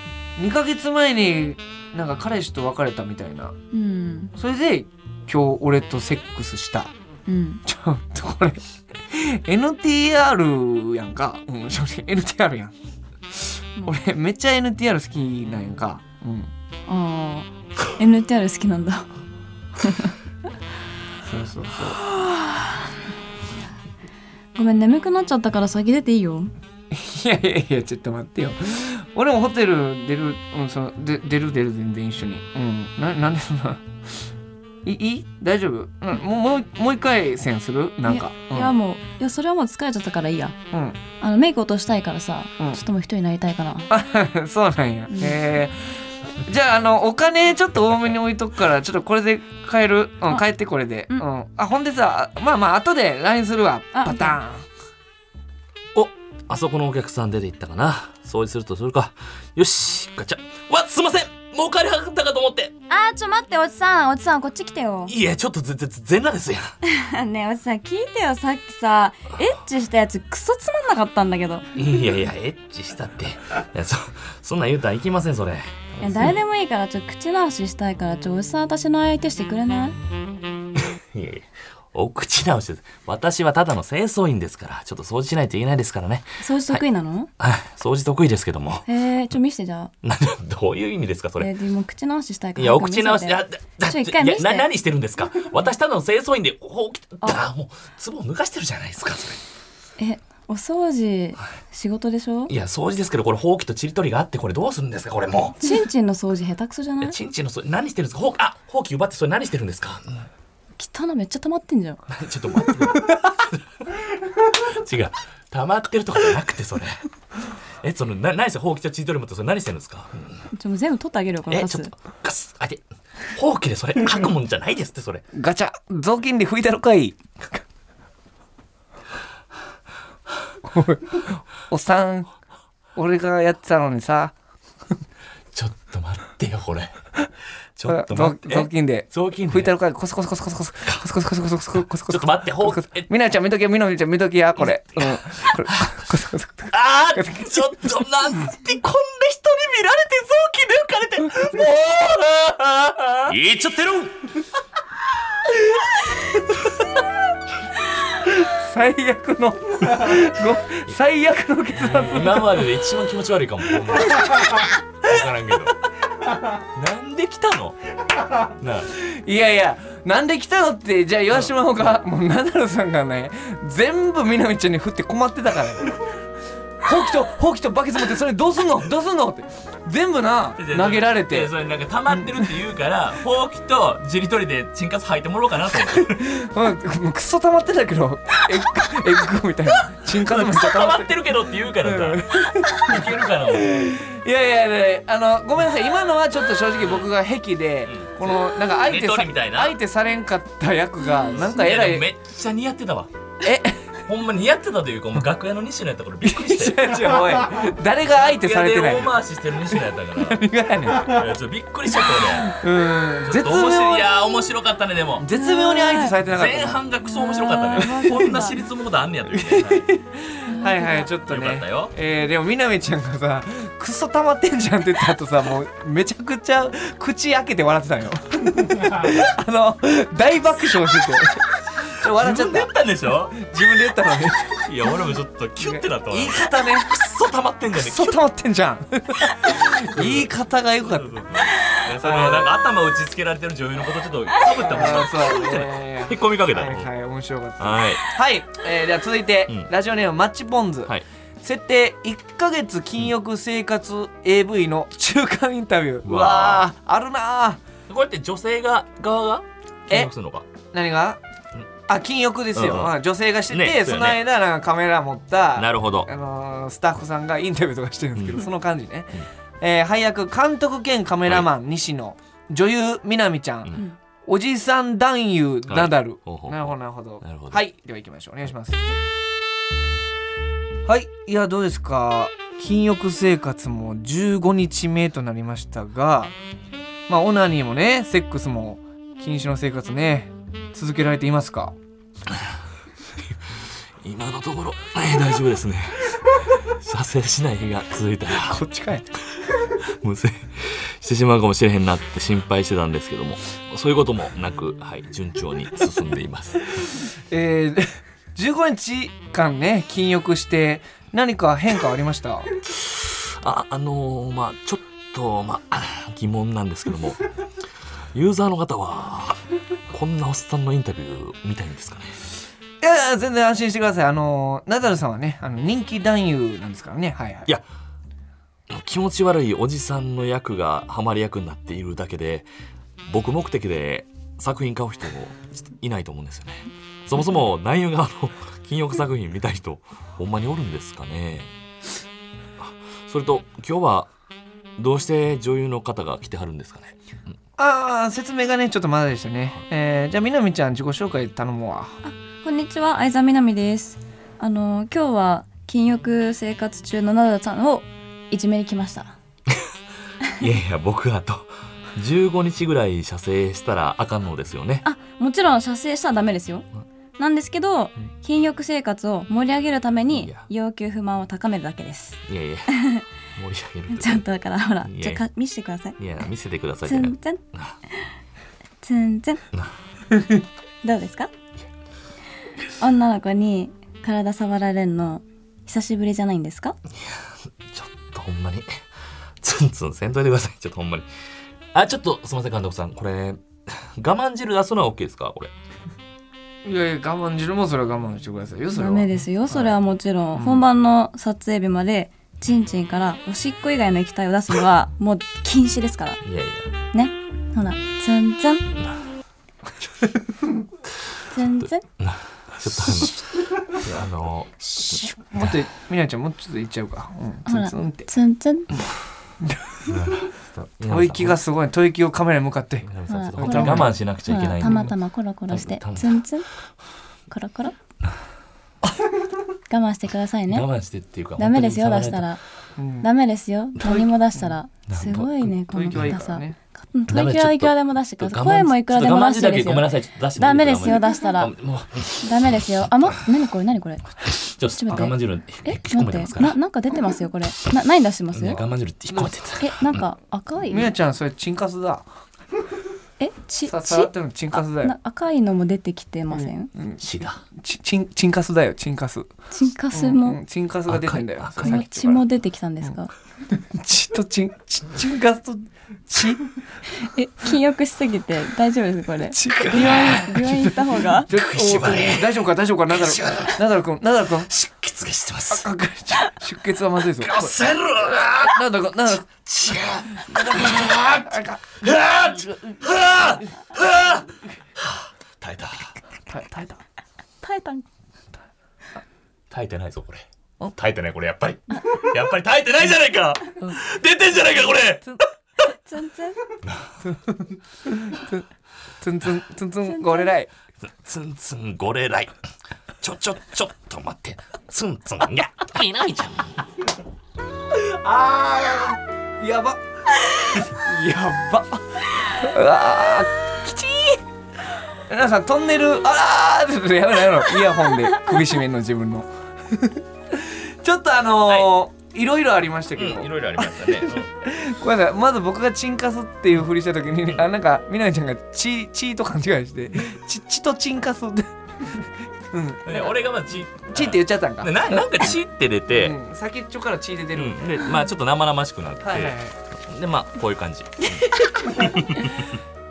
Speaker 2: 2ヶ月前になんか彼氏と別れたみたいな。
Speaker 5: うん
Speaker 2: それで、今日俺とセックスした。
Speaker 5: うん
Speaker 2: ちょっとこれ NTR やんか、うん、正直 NTR やん
Speaker 5: うん
Speaker 2: 俺めっちゃ NTR 好きなんやんか、うん、
Speaker 5: ああ NTR 好きなんだ
Speaker 2: そうそうそう
Speaker 5: ごめん眠くなっちゃったから先出ていいよ
Speaker 2: いやいやいやちょっと待ってよ俺もホテル出る、うん、そので出る出る全然一緒にうんななんでそんないいい大丈夫、うん、もうもうもう一回戦するなんか
Speaker 5: いやもういやそれはもう疲れちゃったからいいや
Speaker 2: うん、うん
Speaker 5: あのメイク落としたいからさ、
Speaker 2: うん
Speaker 5: ちょっともう一人になりたいかな
Speaker 2: そうなん <laughs> や。えーじゃああのお金ちょっと多めに置いとくからちょっとこれで買えるうん
Speaker 5: あ
Speaker 2: 帰ってこれでう
Speaker 5: うんん
Speaker 2: あほんでさまあまあ後で LINE するわ
Speaker 5: あ
Speaker 2: パターン
Speaker 3: おあそこのお客さん出て行ったかな掃除するとするかよしガチャわすいません儲かりはったかと思って
Speaker 5: あーちょ待っておじさんおじさんこっち来てよ
Speaker 3: いやちょっと全然全裸ですやん
Speaker 5: <laughs> ねえおじさん聞いてよさっきさエッチしたやつクソつまんなかったんだけど
Speaker 3: いやいや、エッチしたって。いや、そ、そんなん言うたらいきません、それ。
Speaker 5: いや誰でもいいからちょ口直ししたいからちょおじさん私の相手してくれない
Speaker 3: いやいや、お口直しです。私はただの清掃員ですから、ちょっと掃除しないといけないですからね。
Speaker 5: 掃除得意なの、
Speaker 3: はい、掃除得意ですけども。
Speaker 5: えー、ちょ見してじゃあ
Speaker 3: なんどういう意味ですか、そ
Speaker 5: え
Speaker 3: れ。
Speaker 5: ー、でも口直ししたいから
Speaker 3: いや、お
Speaker 5: 早く
Speaker 3: 口
Speaker 5: 見せて
Speaker 3: 直し、あ、だ、だ、
Speaker 5: ちょ一回見
Speaker 3: い
Speaker 5: せて
Speaker 3: やな、何してるんですか私ただの清掃員で、ほう、きた、だ、もう、ツボ抜かしてるじゃないですか、それ。
Speaker 5: えお掃除仕事でしょ
Speaker 3: いや、掃除ですけど、これ、ほうきとちりとりがあって、これどうするんですか、これもう。
Speaker 5: ちんちんの掃除下手くそじゃない
Speaker 3: ちんちんの、それ何してるんですかほう、あ、ほうき奪って、それ何してるんですか、
Speaker 5: 汚いめっちゃ溜まってんじゃ
Speaker 3: <laughs>
Speaker 5: ん
Speaker 3: ちょっと待って。違 <laughs> う。溜まってるとかじゃなくて、それ。え、その、な、何ですかほうきとチートリもって、それ何してるんですか、
Speaker 5: ちょもう全部取ってあげるよこの
Speaker 3: え、
Speaker 5: カ
Speaker 3: ち
Speaker 5: ス
Speaker 3: ょっと、ガス、あて、ほうきでそれ、
Speaker 2: <laughs>
Speaker 3: 吐くもんじゃないですって、それ。
Speaker 2: ガチャ雑巾で拭いたろかいおいおっさん俺がやってたのにさ
Speaker 3: ちょっと待ってよ、これ。ちょっと
Speaker 2: 雑
Speaker 3: 待って。
Speaker 2: 雑巾で
Speaker 3: 雑巾で
Speaker 2: 拭いたろかいコソコソコソコソコソコソコソコソコソコソコソ
Speaker 3: ちょっと待ってほうえ
Speaker 2: みなみちゃん見とけみなみちゃん見とけやこれうんこれコソコソコソ
Speaker 3: あーちょっと、なんて、こんな人に見られて、雑巾で浮か
Speaker 2: <laughs>
Speaker 3: れて、もうあー言っちゃってる
Speaker 2: 最悪のご最悪の結末
Speaker 3: 今までで一番気持ち悪いかも。ほんま分からんけど。なんで来たのなあ
Speaker 2: いやいやなんで来たのってじゃあ岩島がもうナダルさんがね全部みなみちゃんに振って困ってたからほうきとほうきとバケツ持ってそれどうすんのどうすんのって全部な投げられ
Speaker 3: い
Speaker 2: て
Speaker 3: やそれなんか溜まってるって言うからほうきとじり取りでチンカス履いてもらおうかなと思って
Speaker 2: うんもうクソ溜まってたけどエッグエッグみたいなチンカスめっちゃ溜
Speaker 3: 溜
Speaker 2: まっ
Speaker 3: ま
Speaker 2: て
Speaker 3: ってるけどって言うからさいけるかな思って
Speaker 2: いやいやいやあのごめんなさい今のはちょっと正直僕が癖で、このなんか相手
Speaker 3: レト
Speaker 2: さ
Speaker 3: リみたいな
Speaker 2: 相手されんかった役がなんか
Speaker 3: い
Speaker 2: え
Speaker 3: や
Speaker 2: ら
Speaker 3: で
Speaker 2: い
Speaker 3: もめっちゃ似合ってたわ
Speaker 2: え
Speaker 3: ほんま似合ってたというかもう楽屋の西野やったからびっくりして
Speaker 2: 違う違 <laughs> うおい誰が相手され
Speaker 3: 楽
Speaker 2: て
Speaker 3: 屋
Speaker 2: な
Speaker 3: で
Speaker 2: い
Speaker 3: 大回ししてる西野やったか
Speaker 2: 何がやねん
Speaker 3: らいやちょっとびっくりしちゃった
Speaker 2: うん
Speaker 3: 俺
Speaker 2: 絶
Speaker 3: ちょっと面白いい
Speaker 2: 妙
Speaker 3: やー面白かったねでも
Speaker 2: 絶妙に相手されてなかっ
Speaker 3: 前
Speaker 2: た
Speaker 3: 半がクソ面白かった
Speaker 5: あ
Speaker 3: ね
Speaker 5: ー
Speaker 3: こんな私立モードあんねやというね
Speaker 2: はいはいちょっとね
Speaker 3: よかったよ
Speaker 2: えーでもみなみちゃんがさクソ溜まってんじゃんって言った後さもうめちゃくちゃ口開けて笑って
Speaker 3: <laughs>
Speaker 2: たんよあの大爆笑しててちょっと笑っち
Speaker 3: 自
Speaker 2: ゃった
Speaker 3: 分でやったんでしょ
Speaker 2: 自分で言ったのに
Speaker 3: いや俺もちょっとキュッてなったわ
Speaker 2: 言い方ね
Speaker 3: クソ溜まってんじゃね <laughs>
Speaker 2: クソ溜まってんじゃん言い方が良かった
Speaker 3: えやそのなんか頭打ちつけられてる女優のことちょっとかぶったもん <laughs>
Speaker 2: あそうね
Speaker 3: 引っ込みかけた
Speaker 2: は
Speaker 3: も
Speaker 2: い
Speaker 3: ん
Speaker 2: はい面白かった
Speaker 3: はい
Speaker 2: はい、えー、では続いて、
Speaker 3: うん
Speaker 2: ラジオネームマッチポンズ、
Speaker 3: はい
Speaker 2: 設定1ヶ月禁欲生活 AV の中間インタビュー
Speaker 3: う
Speaker 2: う
Speaker 3: わ
Speaker 2: わーあるなー
Speaker 3: これって女性が側が
Speaker 2: え
Speaker 3: 契約するのか
Speaker 2: 何があ禁欲ですよ、
Speaker 3: うんうん
Speaker 2: まあ女性がしてて、
Speaker 3: ね
Speaker 2: その間なんかカメラ持った
Speaker 3: なるほど
Speaker 2: あのースタッフさんがインタビューとかしてるんですけど、
Speaker 3: うん
Speaker 2: その感じね、えー配役監督兼カメラマン、西野女優みなみちゃん、
Speaker 3: うん
Speaker 2: おじさん男優ナダル、
Speaker 3: ほうほう
Speaker 2: なるほどなるほど
Speaker 3: なるほど
Speaker 2: はいでは行きましょうお願いしますはいいやどうですか禁欲生活も15日目となりましたがまあオナニーもねセックスも禁止の生活ね続けられていますか
Speaker 3: 今のところ、えー大丈夫ですね射精しない日が続いたら
Speaker 2: こっちかい
Speaker 3: 無精してしまうかもしれへんなって心配してたんですけどもそういうこともなく、はい、順調に進んでいます
Speaker 2: えー、15日間ね禁欲して何か変化はありました
Speaker 3: ああのーまあちょっとまあ疑問なんですけどもユーザーの方はこんなおっさんのインタビュー見たいんですかね
Speaker 2: いやいや全然安心してくださいあのナダルさんはねあの人気男優なんですからねはいはい
Speaker 3: いや気持ち悪いおじさんの役がハマり役になっているだけで僕目的で作品買う人もちょっといないと思うんですよねそもそも男優側の禁欲作品見たい人ほんまにおるんですかねあそれと今日はどうして女優の方が来てはるんですかね
Speaker 2: ああ説明がねちょっとまだでしたね、えー、じゃあみなみちゃん自己紹介頼むわ
Speaker 5: こんにちは、相沢みなみです。あの今日は禁欲生活中の奈良さんをいじめに来ました。
Speaker 3: いやいや僕あと15日ぐらい射精したらあかんのですよね
Speaker 5: あ、もちろん射精したらダメですよ。なんですけど、禁欲生活を盛り上げるため
Speaker 3: い
Speaker 5: に
Speaker 3: や
Speaker 5: 要求不満を高めるだけです。
Speaker 3: いや <laughs> いや盛り上げると
Speaker 5: ちゃんとだからほら、
Speaker 3: いえ
Speaker 5: じゃあか見せてください。
Speaker 3: いや見せてくださいじゃ
Speaker 5: 全
Speaker 3: な
Speaker 5: 然
Speaker 3: くて
Speaker 5: 全然どうですか？女の子に体触られるの久しぶりじゃないんですか？
Speaker 3: ちょっとほんまにツンツンせんといてくださいちょっとほんまにあちょっとすみません監督さんこれ我慢汁出すのは OK ですかこれ
Speaker 2: いやいや我慢汁もそれは我慢してくださいよそれ
Speaker 5: ダ
Speaker 2: は
Speaker 5: メですよそれはもちろん、本番の撮影日までチンチンからおしっこ以外の液体を出す
Speaker 3: <laughs>
Speaker 5: のはもう禁止ですから
Speaker 3: いやいや
Speaker 5: ねほらツンツンツンツン
Speaker 3: ちょっと <laughs> あのいやあの
Speaker 2: もっとみなみちゃんもうちょっといっちゃうかうん
Speaker 5: ほ
Speaker 2: ツン
Speaker 5: ら
Speaker 2: ツンって
Speaker 5: ツンツン
Speaker 3: ちょっと
Speaker 2: 吐息がすごい吐息をカメラに向かって
Speaker 3: 皆さんちょっと
Speaker 5: ほ
Speaker 3: 本
Speaker 5: ら
Speaker 3: 当に我慢しなくちゃいけないんで
Speaker 5: ほらたまたまコロコロして
Speaker 3: たまた
Speaker 5: ツンツンコロ
Speaker 3: <laughs>
Speaker 5: コロ我慢してくださいね
Speaker 3: 我慢してっていうか
Speaker 5: ダメですよ
Speaker 3: 本当
Speaker 5: 出
Speaker 3: に
Speaker 5: したら
Speaker 2: うん
Speaker 5: ダメですよ何も出したら
Speaker 3: うん
Speaker 5: すごいねこ
Speaker 2: 吐
Speaker 5: の
Speaker 2: 息はいい
Speaker 5: 硬
Speaker 2: から
Speaker 5: さ
Speaker 2: ね
Speaker 5: うん吐息はいくらでも出してください声もいくらでも
Speaker 3: 我慢
Speaker 5: 出し
Speaker 3: 汁だ
Speaker 5: てで
Speaker 3: け
Speaker 5: す
Speaker 3: ごめん
Speaker 5: よ
Speaker 3: なさいちょっと出して
Speaker 5: ダメですよ出したら
Speaker 3: もう
Speaker 5: ダメですよ。あ、も、何これ、何これ。
Speaker 3: ちょっと
Speaker 5: ちょっと待
Speaker 3: 我
Speaker 5: って
Speaker 3: 慢汁引っ
Speaker 5: え、
Speaker 3: 込めて
Speaker 5: 待
Speaker 3: ます
Speaker 5: っ
Speaker 3: か
Speaker 5: て、
Speaker 3: ら
Speaker 5: な、なんか出てますよ、これ。な、何出してます。
Speaker 3: ね
Speaker 5: え
Speaker 3: 我慢汁って引っ込めてた、
Speaker 5: なんか赤い
Speaker 2: み。なちゃんそれチンカスだ
Speaker 5: え、ち、ち
Speaker 2: さ。さらってるのチンカスだよ
Speaker 5: な赤いのも出てきてません。
Speaker 3: 血だ
Speaker 2: ちチンチンカスだよチンカス
Speaker 5: チンカス
Speaker 2: うんう
Speaker 5: も。
Speaker 2: んチンカスが出てんだよ
Speaker 3: 赤い
Speaker 2: さっき
Speaker 5: 血
Speaker 2: から
Speaker 5: も出てきたんですか。
Speaker 2: 血とチンチチンカスと
Speaker 3: <laughs>
Speaker 2: 血
Speaker 5: え、禁欲しすぎて、大丈夫です、これ。病院、病院行った方が。
Speaker 2: ちょっとおお大丈夫か大丈夫かナダルナダル君ナダル君
Speaker 3: 出血がしてます
Speaker 2: あ出血はまずいぞ
Speaker 3: せろ
Speaker 2: なんだか、なんだか、
Speaker 3: 血が耐えた
Speaker 2: 耐え耐えた。
Speaker 5: 耐えたん。
Speaker 3: 耐えてないぞこれ耐えてないこれやっぱりやっぱり耐えてないじゃないか出てんじゃないかこれ
Speaker 5: ツン
Speaker 3: <laughs>
Speaker 5: ツン。
Speaker 2: ツンツン、ツンツン、ゴレライ。
Speaker 3: ツンツンゴレライちょちょちょっと待ってツンツンいやみなみちゃん
Speaker 2: や
Speaker 3: <laughs>
Speaker 2: ば。やば。うわー、きちい。皆さん、トンネル、あらーってやるのやるの。イヤホンで首絞めんの、自分の。 <laughs> ちょっとあのー、いろいろありましたけど、
Speaker 3: いろいろありましたね
Speaker 2: ごめんなさいまず僕がチンカスっていうふりした時に、あなんかみなみちゃんがチチーと勘違いしてチチとチンカ <laughs> スってうん
Speaker 3: 俺がまあ血
Speaker 2: チーって言っちゃったんか、
Speaker 3: ななんか血って出て
Speaker 2: うん、先っちょから血出てる、
Speaker 3: うんでまあちょっと生々しくなって
Speaker 2: はいはいはい
Speaker 3: でまあこういう感じ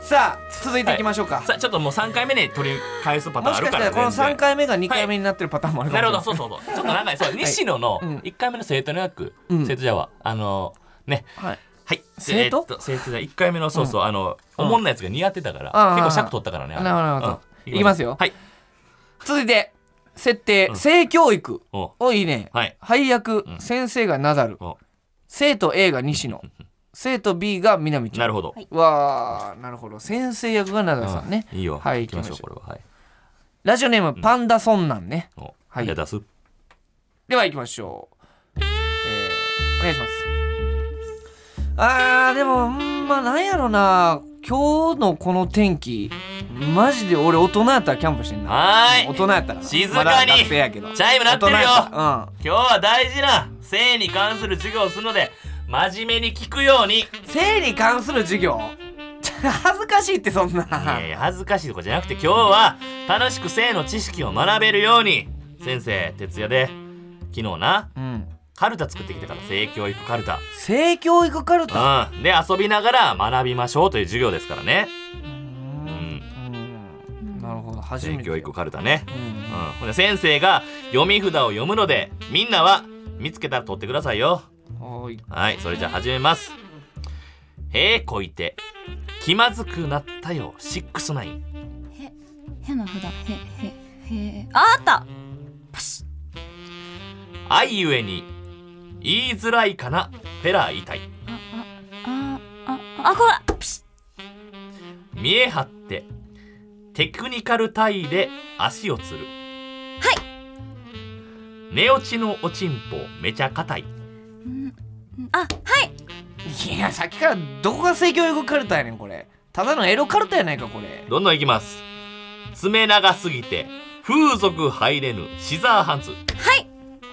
Speaker 2: さあ続いていきましょうか、
Speaker 3: さあちょっともう3回目に取り返すパターン
Speaker 2: も
Speaker 3: あ
Speaker 2: し
Speaker 3: る
Speaker 2: かし
Speaker 3: か
Speaker 2: た
Speaker 3: ら
Speaker 2: らこの
Speaker 3: 全然
Speaker 2: 3回目が2回目になってるパターンもあるか
Speaker 3: なるほど
Speaker 2: もし
Speaker 3: そ
Speaker 2: れ
Speaker 3: う
Speaker 2: ない
Speaker 3: そうそうちょっと長いそう西野の
Speaker 2: うん
Speaker 3: 1回目の生徒の役、
Speaker 2: うん
Speaker 3: 生徒じゃはあのね
Speaker 2: はい
Speaker 3: はい
Speaker 2: 生徒
Speaker 3: えーっと生徒じゃ1回目のそうそう、あのおもんなやつが似合ってたから、
Speaker 2: あー
Speaker 3: 結構尺取ったからねあれ
Speaker 2: なるほどなるほど
Speaker 3: うん
Speaker 2: いきますよ
Speaker 3: はい
Speaker 2: 続いて設定、
Speaker 3: うん
Speaker 2: 性教育
Speaker 3: お
Speaker 2: おいいね、
Speaker 3: はい
Speaker 2: 配役、
Speaker 3: うん
Speaker 2: 先生がナダル
Speaker 3: お
Speaker 2: 生徒 A が西野生徒 B が南ちゃん
Speaker 3: なるほど、
Speaker 2: わあなるほど先生役がナダルさんね、
Speaker 3: うんいいよ
Speaker 2: はい
Speaker 3: 行きましょ
Speaker 2: 行
Speaker 3: う
Speaker 2: き
Speaker 3: これははい
Speaker 2: ラジオネームパンダソンなんね、
Speaker 3: お
Speaker 2: はい
Speaker 3: じゃあ出す
Speaker 2: では行きましょう、えーお願いしますあーでもうんまあなんやろな今日のこの天気マジで俺大人やったらキャンプしてんな
Speaker 3: はーい
Speaker 2: 大人やったらな
Speaker 3: 静か
Speaker 2: ま
Speaker 3: に
Speaker 2: だ学生やけど
Speaker 3: チャイム鳴ってるよ
Speaker 2: 大人やたらうん
Speaker 3: 今日は大事な性に関する授業をするので真面目に聞くようにい
Speaker 2: 性に関する授業恥ずかしいってそんな
Speaker 3: やいや恥ずかしいとかじゃなくて今日は楽しく性の知識を学べるように先生徹夜で昨日な
Speaker 2: うん
Speaker 3: カルタ作ってきたから性教育カルタ
Speaker 2: 性教育カルタ
Speaker 3: うんで遊びながら学びましょうという授業ですからね
Speaker 2: うん
Speaker 3: うん
Speaker 2: うんなるほど初め
Speaker 3: 性
Speaker 2: て
Speaker 3: 教育カルタね
Speaker 2: うん
Speaker 3: うんほんで先生が読み札を読むのでみんなは見つけたら取ってくださいよ
Speaker 2: はーい
Speaker 3: はい、それじゃあ始めます。へえこいて、気まずくなったよ、シックスナイン。
Speaker 6: への札へへへ
Speaker 5: ああった
Speaker 3: 愛ゆえに、言いづらいかな、フェラー痛い。
Speaker 6: ああ
Speaker 5: あこれ
Speaker 3: 見え張って、テクニカルタイで足をつる。はい寝落ちのおちんぽ、めちゃ硬い。
Speaker 5: あはい
Speaker 2: いやさっきからどこが性教育カルタやねんこれただのエロカルタやないかこれ
Speaker 3: どんどんいきます。爪長すぎて、風俗入れぬ、シザーハンズ。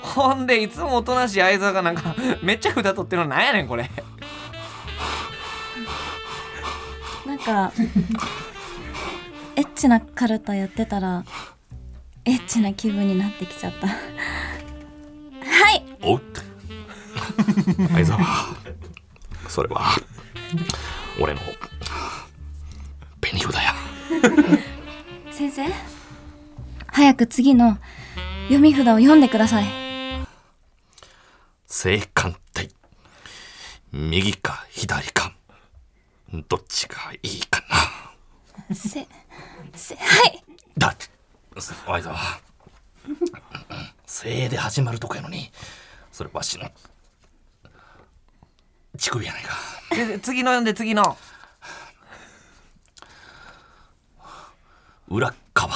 Speaker 2: ほんでいつもおとなしい相沢がなんか <laughs> めっちゃ札取ってるのなんやねんこれ
Speaker 6: なんかエッチなカルタやってたらエッチな気分になってきちゃったはい
Speaker 3: おっ相沢それは俺の紅札や
Speaker 6: 先生早く次の読み札を読んでください
Speaker 3: 性感帯右か左かどっちがいいかな
Speaker 6: せせはい
Speaker 3: だって相沢性で始まるとこやのにそれわしの乳首やないか
Speaker 2: で次の読んで次の
Speaker 3: 裏側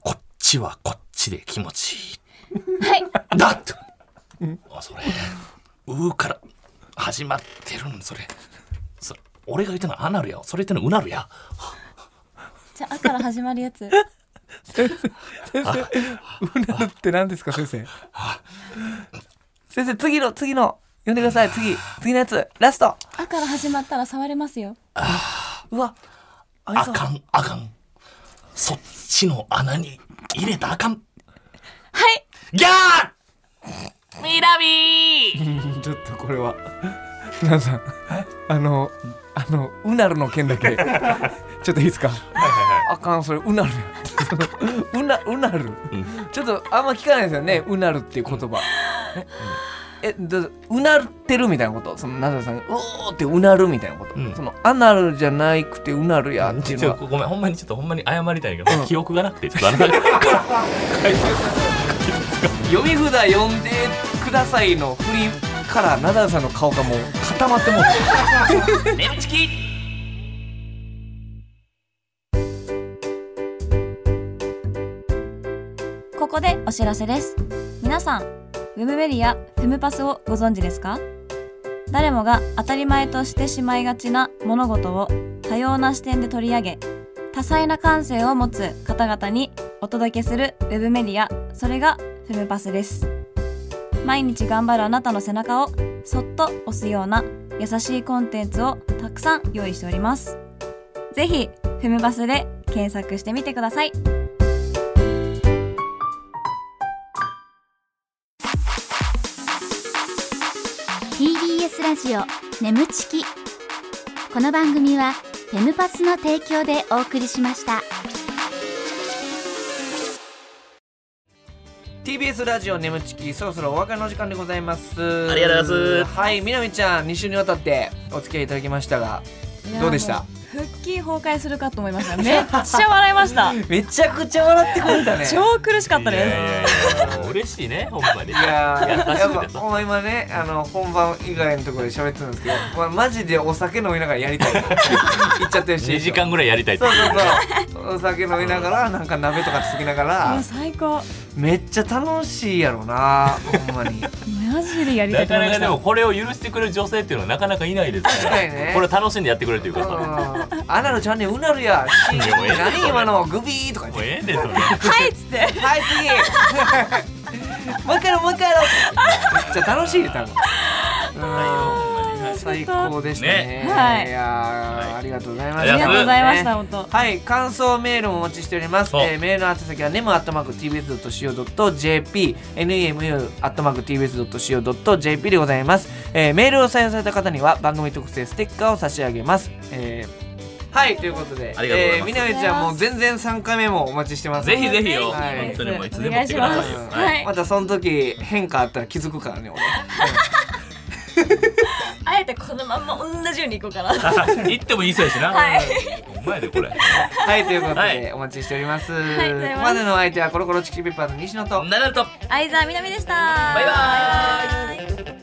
Speaker 3: こっちはこっちで気持ちいいはいだって、あそれ「う」から始まってるんそれそれ俺が言ってるのはアナルやそれ言ってるのうなるや
Speaker 6: じゃあ「あ」から始まるやつ
Speaker 2: 先生うなるって何ですか先生先生次の次の読んでください次次のやつラスト
Speaker 6: 「あ」から始まったら触れますよ
Speaker 2: うわ
Speaker 3: あ
Speaker 2: 相沢
Speaker 3: かんあかんそっちの穴に入れたらあかん
Speaker 5: はい
Speaker 3: ギャー
Speaker 5: みなみ
Speaker 2: ちょっとこれは皆さんあのあのうなるの件だ <laughs> けちょっといいですかあかんそれうなるそのうなうなるちょっとあんま聞かないですよねうなるっていう言葉えどうぞうなってるみたいなことそのナダルさんがうおーってうなるみたいなこと、
Speaker 3: うん
Speaker 2: そのアナルじゃなくてうなるやって
Speaker 3: ち
Speaker 2: い
Speaker 3: ょ
Speaker 2: う
Speaker 3: ち
Speaker 2: の
Speaker 3: ょ
Speaker 2: は
Speaker 3: ごめんほんまにちょっとほんまに謝りたいけど、記憶がなくてちょっとあの <laughs>
Speaker 2: 読み札読んでくださいの振りからナダルさんの顔がもう固まってもうて
Speaker 3: ネムチキ
Speaker 6: ここでお知らせです皆さんウェブメディアフェムパスをご存知ですか誰もが当たり前としてしまいがちな物事を多様な視点で取り上げ多彩な感性を持つ方々にお届けするウェブメディアそれがフェムパスです毎日頑張るあなたの背中をそっと押すような優しいコンテンツをたくさん用意しておりますぜひフェムパスで検索してみてください
Speaker 4: TBS TBS ラジオ眠ちきこの番組はフェムパスの提供でお送りしました
Speaker 2: TBS ラジオ眠ちきそろそろお別れの時間でございます
Speaker 3: ありがとうございます
Speaker 2: はいみなみちゃん2週にわたってお付き合いいただきましたが
Speaker 6: いや
Speaker 2: どうでした
Speaker 6: 腹筋崩壊するかと思いましためっちゃ笑いました
Speaker 2: めちゃくちゃ笑ってくれたね
Speaker 6: 超苦しかった
Speaker 3: いやい
Speaker 6: で
Speaker 3: やいやもう嬉しいね、ほんまに。い
Speaker 2: いやー
Speaker 3: 優し
Speaker 2: や
Speaker 3: く
Speaker 2: っ
Speaker 3: て
Speaker 2: ぱ
Speaker 3: さ。
Speaker 2: ほんま今ねあの本番以外のところで喋ってたんですけど、まあ、マジでお酒飲みながらやりた
Speaker 6: <laughs>
Speaker 2: い言っちゃってるし
Speaker 3: 2時間ぐらいやりたいって
Speaker 2: そうそうそうお酒飲みながらなんか鍋とかつきなが
Speaker 6: すも
Speaker 2: ら
Speaker 6: う最高
Speaker 2: めっちゃ楽しいやろなほん
Speaker 6: <laughs>
Speaker 2: まに
Speaker 6: マジでやりた
Speaker 3: ない
Speaker 6: と
Speaker 3: か
Speaker 6: 思
Speaker 3: な
Speaker 6: いま
Speaker 3: か
Speaker 6: し
Speaker 3: で
Speaker 6: た
Speaker 3: もこれを許してくれる女性っていうのはなかなかいないです
Speaker 2: 確
Speaker 3: か
Speaker 2: からにね
Speaker 3: これ楽しんでやってくれるっていう
Speaker 2: う
Speaker 3: 方は
Speaker 2: んアナルちゃんねうなるやし
Speaker 3: やもうええ
Speaker 2: 何今のグビーとか
Speaker 3: も
Speaker 2: 言
Speaker 3: う
Speaker 2: って
Speaker 3: ええねんそれ
Speaker 6: はいっつって
Speaker 2: はい <laughs> 次もう一回やろうもう一回やろうめっちゃ楽しいよ多分うん最高でしたね
Speaker 6: ねはい
Speaker 2: やーありがとうございま
Speaker 3: あ
Speaker 2: し
Speaker 3: り
Speaker 2: た
Speaker 3: が
Speaker 6: ありがとうございました本当
Speaker 2: はい、感想メールもお待ちしております。
Speaker 3: お
Speaker 2: えーメールの宛先は nemu.tbs.co.jp、nemu.tbs.co.jp でございます。えーメールを採用された方には番組特製ステッカーを差し上げます。えーはい、ということで、
Speaker 3: ありがとうござい
Speaker 2: えー
Speaker 3: ます
Speaker 2: みなみちゃんもう全然3回目もお待ちしてます。
Speaker 3: ぜひぜひよ、
Speaker 2: はい
Speaker 3: 本当にもういつでも来てくださいよ
Speaker 2: うん。
Speaker 3: はい
Speaker 2: またその時変化あったら気づくからね、俺。
Speaker 5: あえてこのまんま同じように行こうかな。
Speaker 3: 行ってもいいそうやしな。
Speaker 5: はい
Speaker 3: お前でこれ。
Speaker 2: はい、ということで、
Speaker 3: はい
Speaker 2: お待ちしております。
Speaker 5: ありがとうござい
Speaker 2: こ
Speaker 5: ます
Speaker 2: こまでのお相手はコロコロチキチキペッパーズ西野と。
Speaker 3: なると。
Speaker 5: 相沢みなみでした。
Speaker 3: バイバーイ
Speaker 5: バイバイ